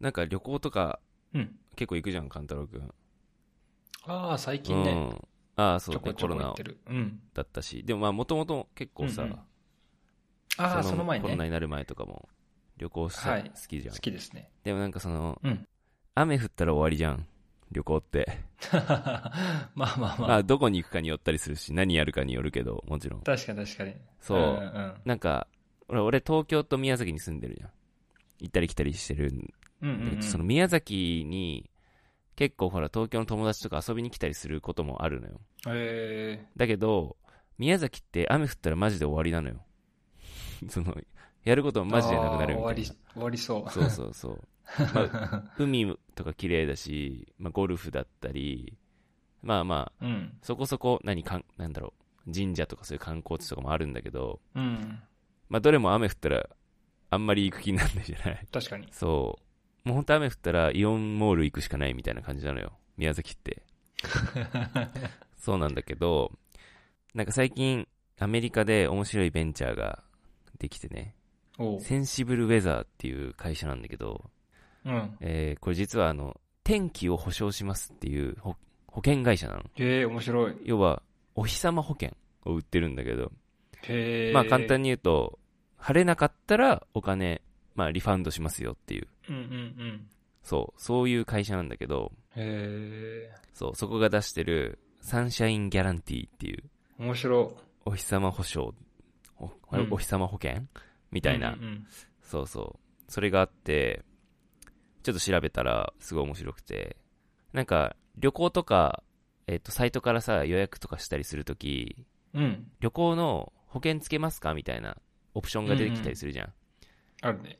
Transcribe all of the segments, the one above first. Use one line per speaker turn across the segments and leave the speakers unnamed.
なんか旅行とか
うん。
結構行くじゃん、勘太郎くん。
ああ、最近ね、
うん。ああ、そ
ちょ
う、
こ
ね、
ちょ
コ
こ
ロ
行
ナ
ってる。うん。
だったし。でもまあ、もともと結構さ、
うんうんああ、その前
コロナ
ね。
になる前とかも旅行した、
はい
好きじゃ
好
ん。
きですね。
でもなんかその、
うん。
雨降ったら終わりじゃん。旅行って。
まあまあまあ。
まあ、どこに行くかによったりするし、何やるかによるけど、もちろん。
確かに確かに。
そう。
んうん
なんか、俺、俺東京と宮崎に住んでるじゃん。行ったり来たりしてるんだ
うん
け
う
ど、
んうん。
その宮崎に、結構ほら、東京の友達とか遊びに来たりすることもあるのよ。
え
だけど、宮崎って雨降ったらマジで終わりなのよ。 その、やることも
ー
マジでなくなるみ
あー終
た
わ
いな
り。、終わりそう。
そうそう そう。まあ、海とか綺麗だし、まあ、ゴルフだったり、まあまあ、
うん。
そこそこ、何かん、なんだろう、神社とかそういう観光地とかもあるんだけど、
うん。
まあ、どれも雨降ったら、あんまり行く気になんないじゃない。
確かに。
そう。もう本当雨降ったら、イオンモール行くしかないみたいな感じなのよ。宮崎 って。そうなんだけど、なんか最近、アメリカで面白いベンチャーができてね、
おう。
センシブルウェザーっていう会社なんだけど、
うん。
えーこれ実はあの、天気を保証しますっていう保保険会社なの。
へえ、面白い。
要は、お日様保険を売ってるんだけど、
へえ。
まあ簡単
に。
に言うと、晴れなかったらお金、まあリファンドしますよっていう、
うんうんうん。
そう、そういう会社なんだけど、
へえ。
そう、そこが出してる、サンシャインギャランティーっていう、
面白
お日様保証、おあれ
うん
お日様保険み
み
たいな、
うんうん
そうそう。それがあって、ちょっと調べたらすごい面白くて、なんか旅行とか、えっと、サイトからさ、予約とかしたりするとき、
うん。うん
旅行の保険つけますかみたいなオプションが出てきたりするじゃん。
あるね。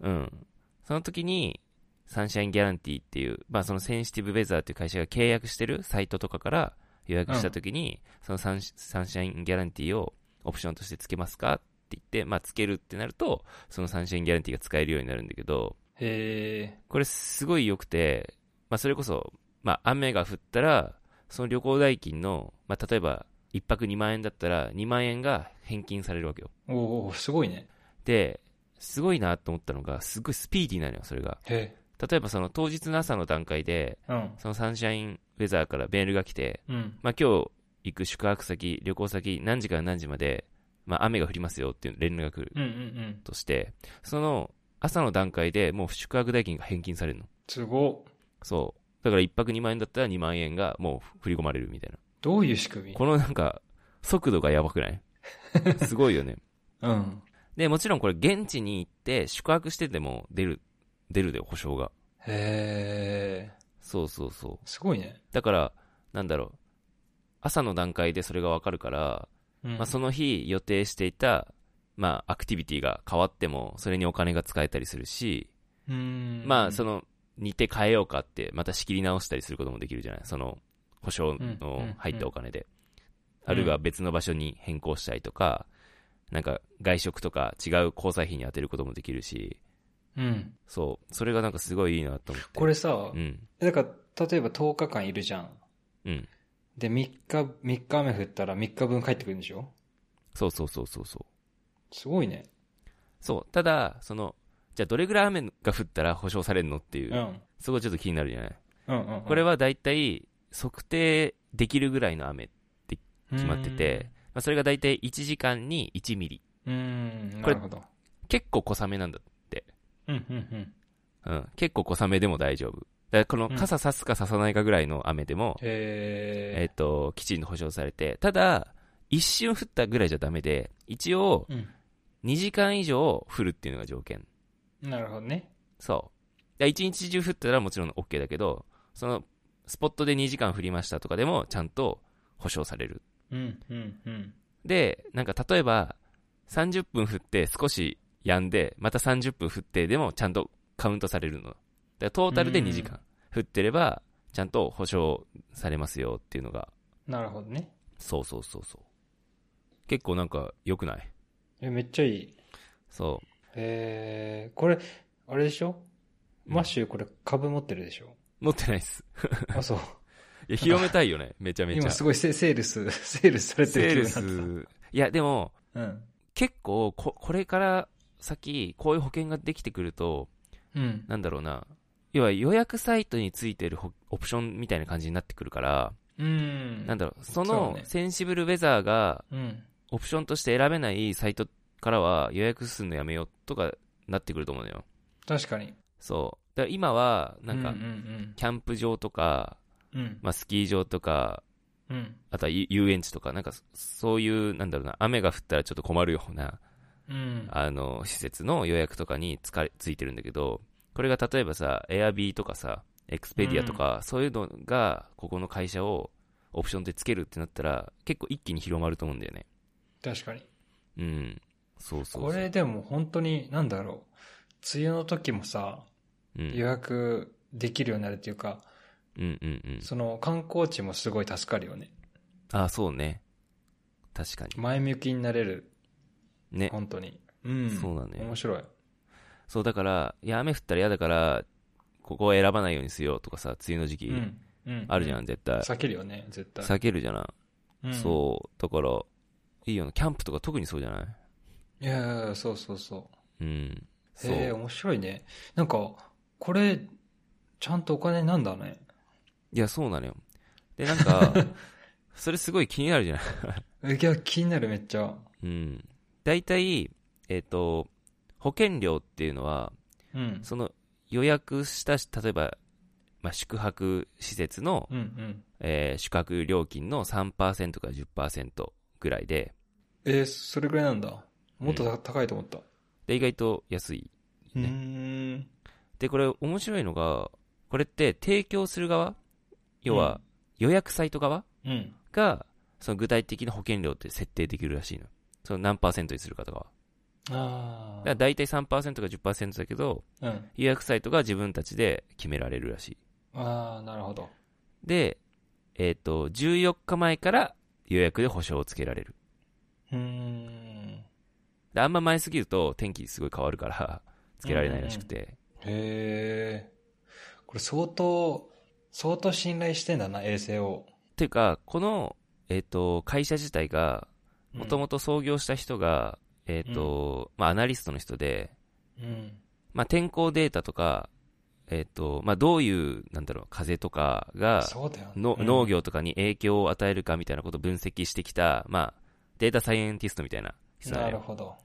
うん、その時に、サンシャインギャランティーっていう、まあそのセンシティブウェザーっていう会社が契約してるサイトとかから予約した時に、そのサンシサンシャインギャランティーをオプションとしてつけますかって言って、まあつけるってなると、そのサンシャインギャランティーが使えるようになるんだけど、
へえ。
これすごい良くて、まあ、それこそ、まあ、雨が降ったら、その旅行代金の、まあ、例えば、1泊2万円だったら、2万円が返金されるわけよ。
おお、すごいね。
で、すごいなと思ったのが、すごいスピーディーなのよ、それが。
へ
例えば、その当日の朝の段階で、
え。うん。
そのサンシャインウェザーからメールが来て、
うん。
まあ、今日行く宿泊先、旅行先、何時から何時まで、まあ、雨が降りますよっていう連絡が来る
うんうんうん。
として、その朝の段階でもう宿泊代金が返金されるの。
すごっ。
そう。だから一泊2万円だったら2万円がもう振り込まれるみたいな。
どういう仕組み
このなんか、速度がやばくない すごいよね。
うん。
で、もちろんこれ現地に行って宿泊してても出る、出るで保証が。
へえ。
そうそうそう。
すごいね。
だから、なんだろう。朝の段階でそれがわかるから、
うん。
まあその日予定していた、まあアクティビティが変わっても、それにお金が使えたりするし、
うん。
まあその似て変えようかってまた仕切り直したりすることもできるじゃないその保証の入ったお金で、
うん
あるいは別の場所に変更したりとか、なんか外食とか違う交際費に充てることもできるし
うん。
そうそれがなんかすごいいいなと思って
これさ
う、ん
だから、例えば10日間いるじゃん。
うん
で、3日、3日雨降ったら3日分帰ってくるんでしょ
そうそうそうそうそう
すごいね。
そうただそのじゃあどれぐらい雨が降ったら保証されるのっていう、
うん。
そこちょっと気になるじゃない
うんうん、うん。
これはだいたい測定できるぐらいの雨決まってて、まあ、それが大体1時間に1ミリ。
うーん。うーん、
こ
な
れ
るほど。
結構小雨なんだ。
うんうんうん。
うん。結構小雨でも大丈夫。だからこの
うん
傘差すか差さないかぐらいの雨でも、え
え
っ、と、きちんと保証されて、ただ、一瞬降ったぐらいじゃダメで、一応
ー、
2時間以上降るっていうのが条件。
うん。なるほどね。
そう。だ1日中降ったらもちろん OK だけど、その、スポットで2時間降りましたとかでも、ちゃんと保証される。
うんうんうん。
で、なんか例えば、30分降って少し止んで、また30分降ってでもちゃんとカウントされるの。だからトータルで2時間降ってれば、ちゃんと保証されますよっていうのが、
なるほどね。
そうそうそうそう。結構なんか良くない
え、めっちゃいい。
そ
えー、これ、あれでしょ
うん
マッシュ、これ株持ってるでし ょ、
う。持ってないっす。
あ、そう。
い や、広めたいよね、めちゃめちゃ。
今すごいセセールス、 セールスされて
セー
る
ル
気分になっ
ス。いや、でも、
た。うん。
結構こ、これから先、こういう保険ができてくると、
うん。
なんだろうな、要は予約サイトについてるほオプションみたいな感じになってくるから、
うん。
なんだろう、そ
そう
の
ね
センシブルウェザーが
うん。
オプションとして選べないサイトからは予約するのやめようとかなってくると思うのよ。
確かに。
そう。だから今は、なん
う
か
ん、うん
キャンプ場とか、
うん。うん。
まあ、スキー場とか、
うん。
あとはゆ遊園地とか、なんかそそういう、なんだろうな、雨が降ったらちょっと困るような、
うん。
あの、施設の予約とかにつかついてるんだけど、これが例えばさ、Airb とかさ、Expedia とか、そういうのが、ここの会社をオプションでつけるってなったら、結構一気に広まると思うんだよね。
確かに。
うん。そうそうそう。
これでも本当に、なんだろう。梅雨の時もさ、
うん、
予約できるようになるっていうか、
うんうんうん。
その観光地もすごい助かるよね。
あ、そうね。確かに。
前向きになれる、
ね。
本当に。うん。
そうだね
面白い。
そうだから、いや、雨降ったら嫌だから、ここを選ばないようにしようとかさ、梅雨の時期、
うん。うん。
あるじゃん、絶対。
避けるよね、絶対。
避けるじゃない。
うん
そう。だから、いいよな。キャンプとか特にそうじゃない
いやいやいやそうそうそう。
うん。そ
へえ、
う。
面白いね。なんか、これ、ちゃんとお金になんだね。
いや、そうなのよ。で、なんか、それすごい気になるじゃない
えいや、気になるめっちゃ。
うん。大体、えっ、と、保険料っていうのは、
うん。
その予約したし、例えば、まあ、宿泊施設の、
うんうん。
えー宿泊料金の3%から10%ぐらいで、
えーそれぐらいなんだ。もっとた高いと思った。
で、意外と安い。
う
ね
ーん。
で、これ面白いのが、これって提供する側要は、予約サイト側
うん。
が、その具体的な保険料って設定できるらしいの。その何パーセントにするかとかは。だか
ああ
ら。大体3%か10%だけど、
うん。
予約サイトが自分たちで決められるらしい。
ああ、なるほど。
で、えっ、と、14日前から予約で保証をつけられる。
うーん。
であんま前すぎると天気すごい変わるから、つけられないらしくて。
へえ。これ相当、相当信頼してんだな、衛星を。
っていうか、この、えっ、と、会社自体が、もとも
と。
と創業した人が、えっ、と、まあ、アナリストの人で、
うん。
まあ、天候データとか、えっ、と、まあ、どういう、なんだろう、風とかが、
そうだよね。
の
うん
農。業とかに影響を与えるかみたいなことを分析してきた、まあ、データサイエンティストみたいな人なの
なる
よ。
ほど。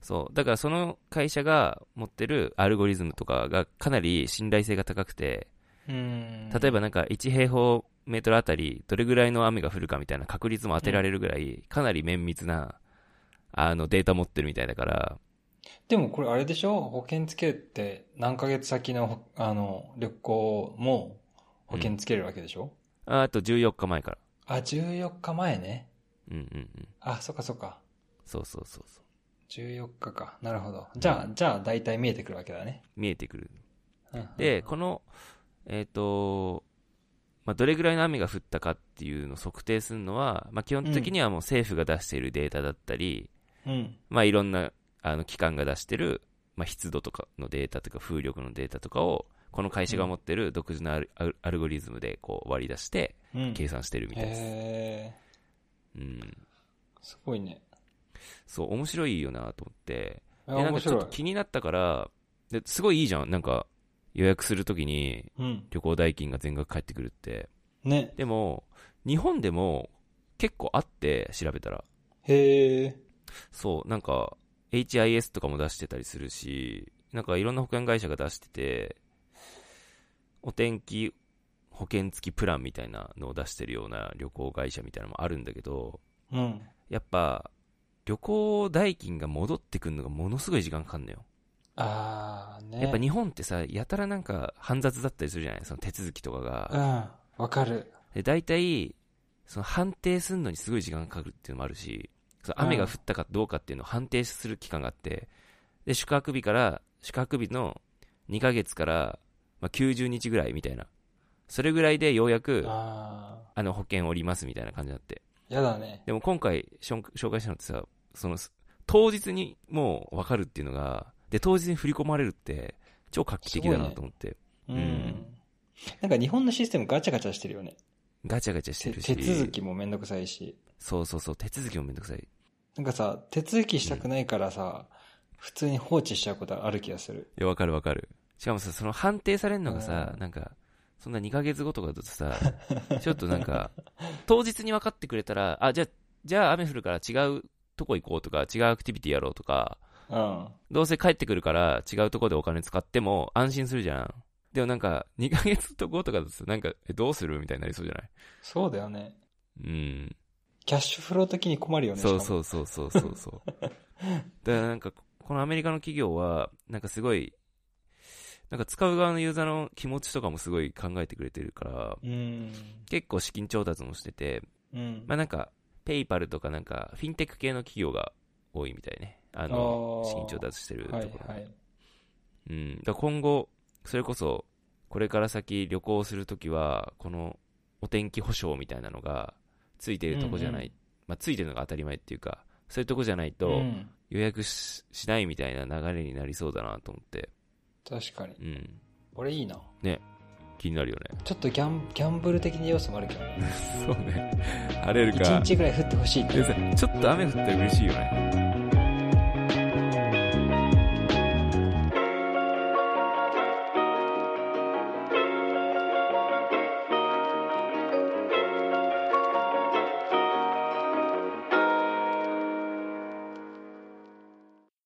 そう。だからその会社が持ってるアルゴリズムとかがかなり信頼性が高くて、
うーん。
例えばなんか1平方メートルあたりどれぐらいの雨が降るかみたいな確率も当てられるぐらい、かなり綿密な、あの、データ持ってるみたいだから、
でもこれあれでしょ保険つけて何ヶ月先のほ、あの、旅行も保険つけるわけでしょ、
ああと14日前から。
あ、14日前ね。
うんうんうん。
あ、そっかそっか。
そうそうそうそう。
14日か。なるほど。じゃあ、じゃあ大体見えてくるわけだね。
見えてくる。
うん
で、、この、えっ、と、まあ、どれぐらいの雨が降ったかっていうのを測定するのは、まあ、基本的にはもう政府が出しているデータだったり、
うん。
まあ、いろんなあの機関が出している、まあ、湿度とかのデータとか風力のデータとかを、この会社が持ってる独自のアルアルアルゴリズムでこう割り出して
うん。
計算してるみたいです。
へ
うん。
ーすごいね。
そう、面白いよなと思って。
あ
でなん
面
かちょ
白
っ
い
と。気になったから、ですごいいいじゃん。なんか予約するときに
うん。
旅行代金が全額返ってくるって。
ね。
でも、日本でも結構あって、調べたら。
へえ。
そう、なんか、HIS とかも出してたりするし、なんかいろんな保険会社が出してて、お天気保険付きプランみたいなのを出してるような旅行会社みたいなのもあるんだけど、
うん。
やっぱ、旅行代金が戻ってくるのがものすごい時間かかるのよ。
あーね。
やっぱ日本ってさ、やたらなんか煩雑だったりするじゃないその手続きとか
うん。
が。
わかる。
で、大体、その判定するのにすごい時間かかるっていうのもあるし、その雨が降ったかどうかっていうのを判定する期間があって、で、宿泊日から、宿泊日の2ヶ月から、まあ、90日ぐらいみたいな。それぐらいでようやく、あ
あ
の、保険おりますみたいな感じになって。
ーやだね。
でも今回しょん紹介したのってさ、その、当日にもうわかるっていうのが、で、当日に振り込まれるって、超画期的だなと思って、
うんん。なんか日本のシステムガチャガチャしてるよね。
ガチャガチャして
て
る
手
し、
続きもめんどくさいし。
そうそうそう、手続きもめんどくさい。
なんかさ、手続きしたくないからさ、普通に放置しちゃうことある気がする。
いや、わかるわかる。しかもさ、その判定されるのがさ
う、ん
なんか、そんな2ヶ月後とかだとさ、 ちょっとなんか、当日に分かってくれたら、あ、じゃあ、じゃあ雨降るから違うとこ行こうとか、違うアクティビティやろうとか、
うん。
どうせ帰ってくるから違うとこでお金使っても安心するじゃん。でもなんか、2ヶ月と後とかだとさ、なんか、え、どうするみたいになりそうじゃない
そうだよね。
うん。
キャッシュフロー的に困るよね。。
そうそううそうそうそうそうだか らなんかこのアメリカの企業はなんかすごいなんか使う側のユーザーの気持ちとかもすごい考えてくれてるから
うん。
結構資金調達もしてて
うん。
まあなんかペイパルとかなんかフィンテック系の企業が多いみたいねあ
あ
の
ー
資金調達してるとこ
は
ろ、
いはい。
うん、だから今後それこそこれから先旅行するときはこのお天気保証みたいなのがついてるとこじゃない、
うんう
まあ、ついてるのが当たり前っていうかそういうとこじゃないと、
うん
予約ししないみたいな流れになりそうだなと思って、
確かに。
うん、
これいいな。
気になるよね。
ちょっとギャンギャンブル的な要素もあるけどね。
そうね。晴れる
一
か。
日ぐらい降ってほしいって
でさちょっと雨降ったら嬉しいよね。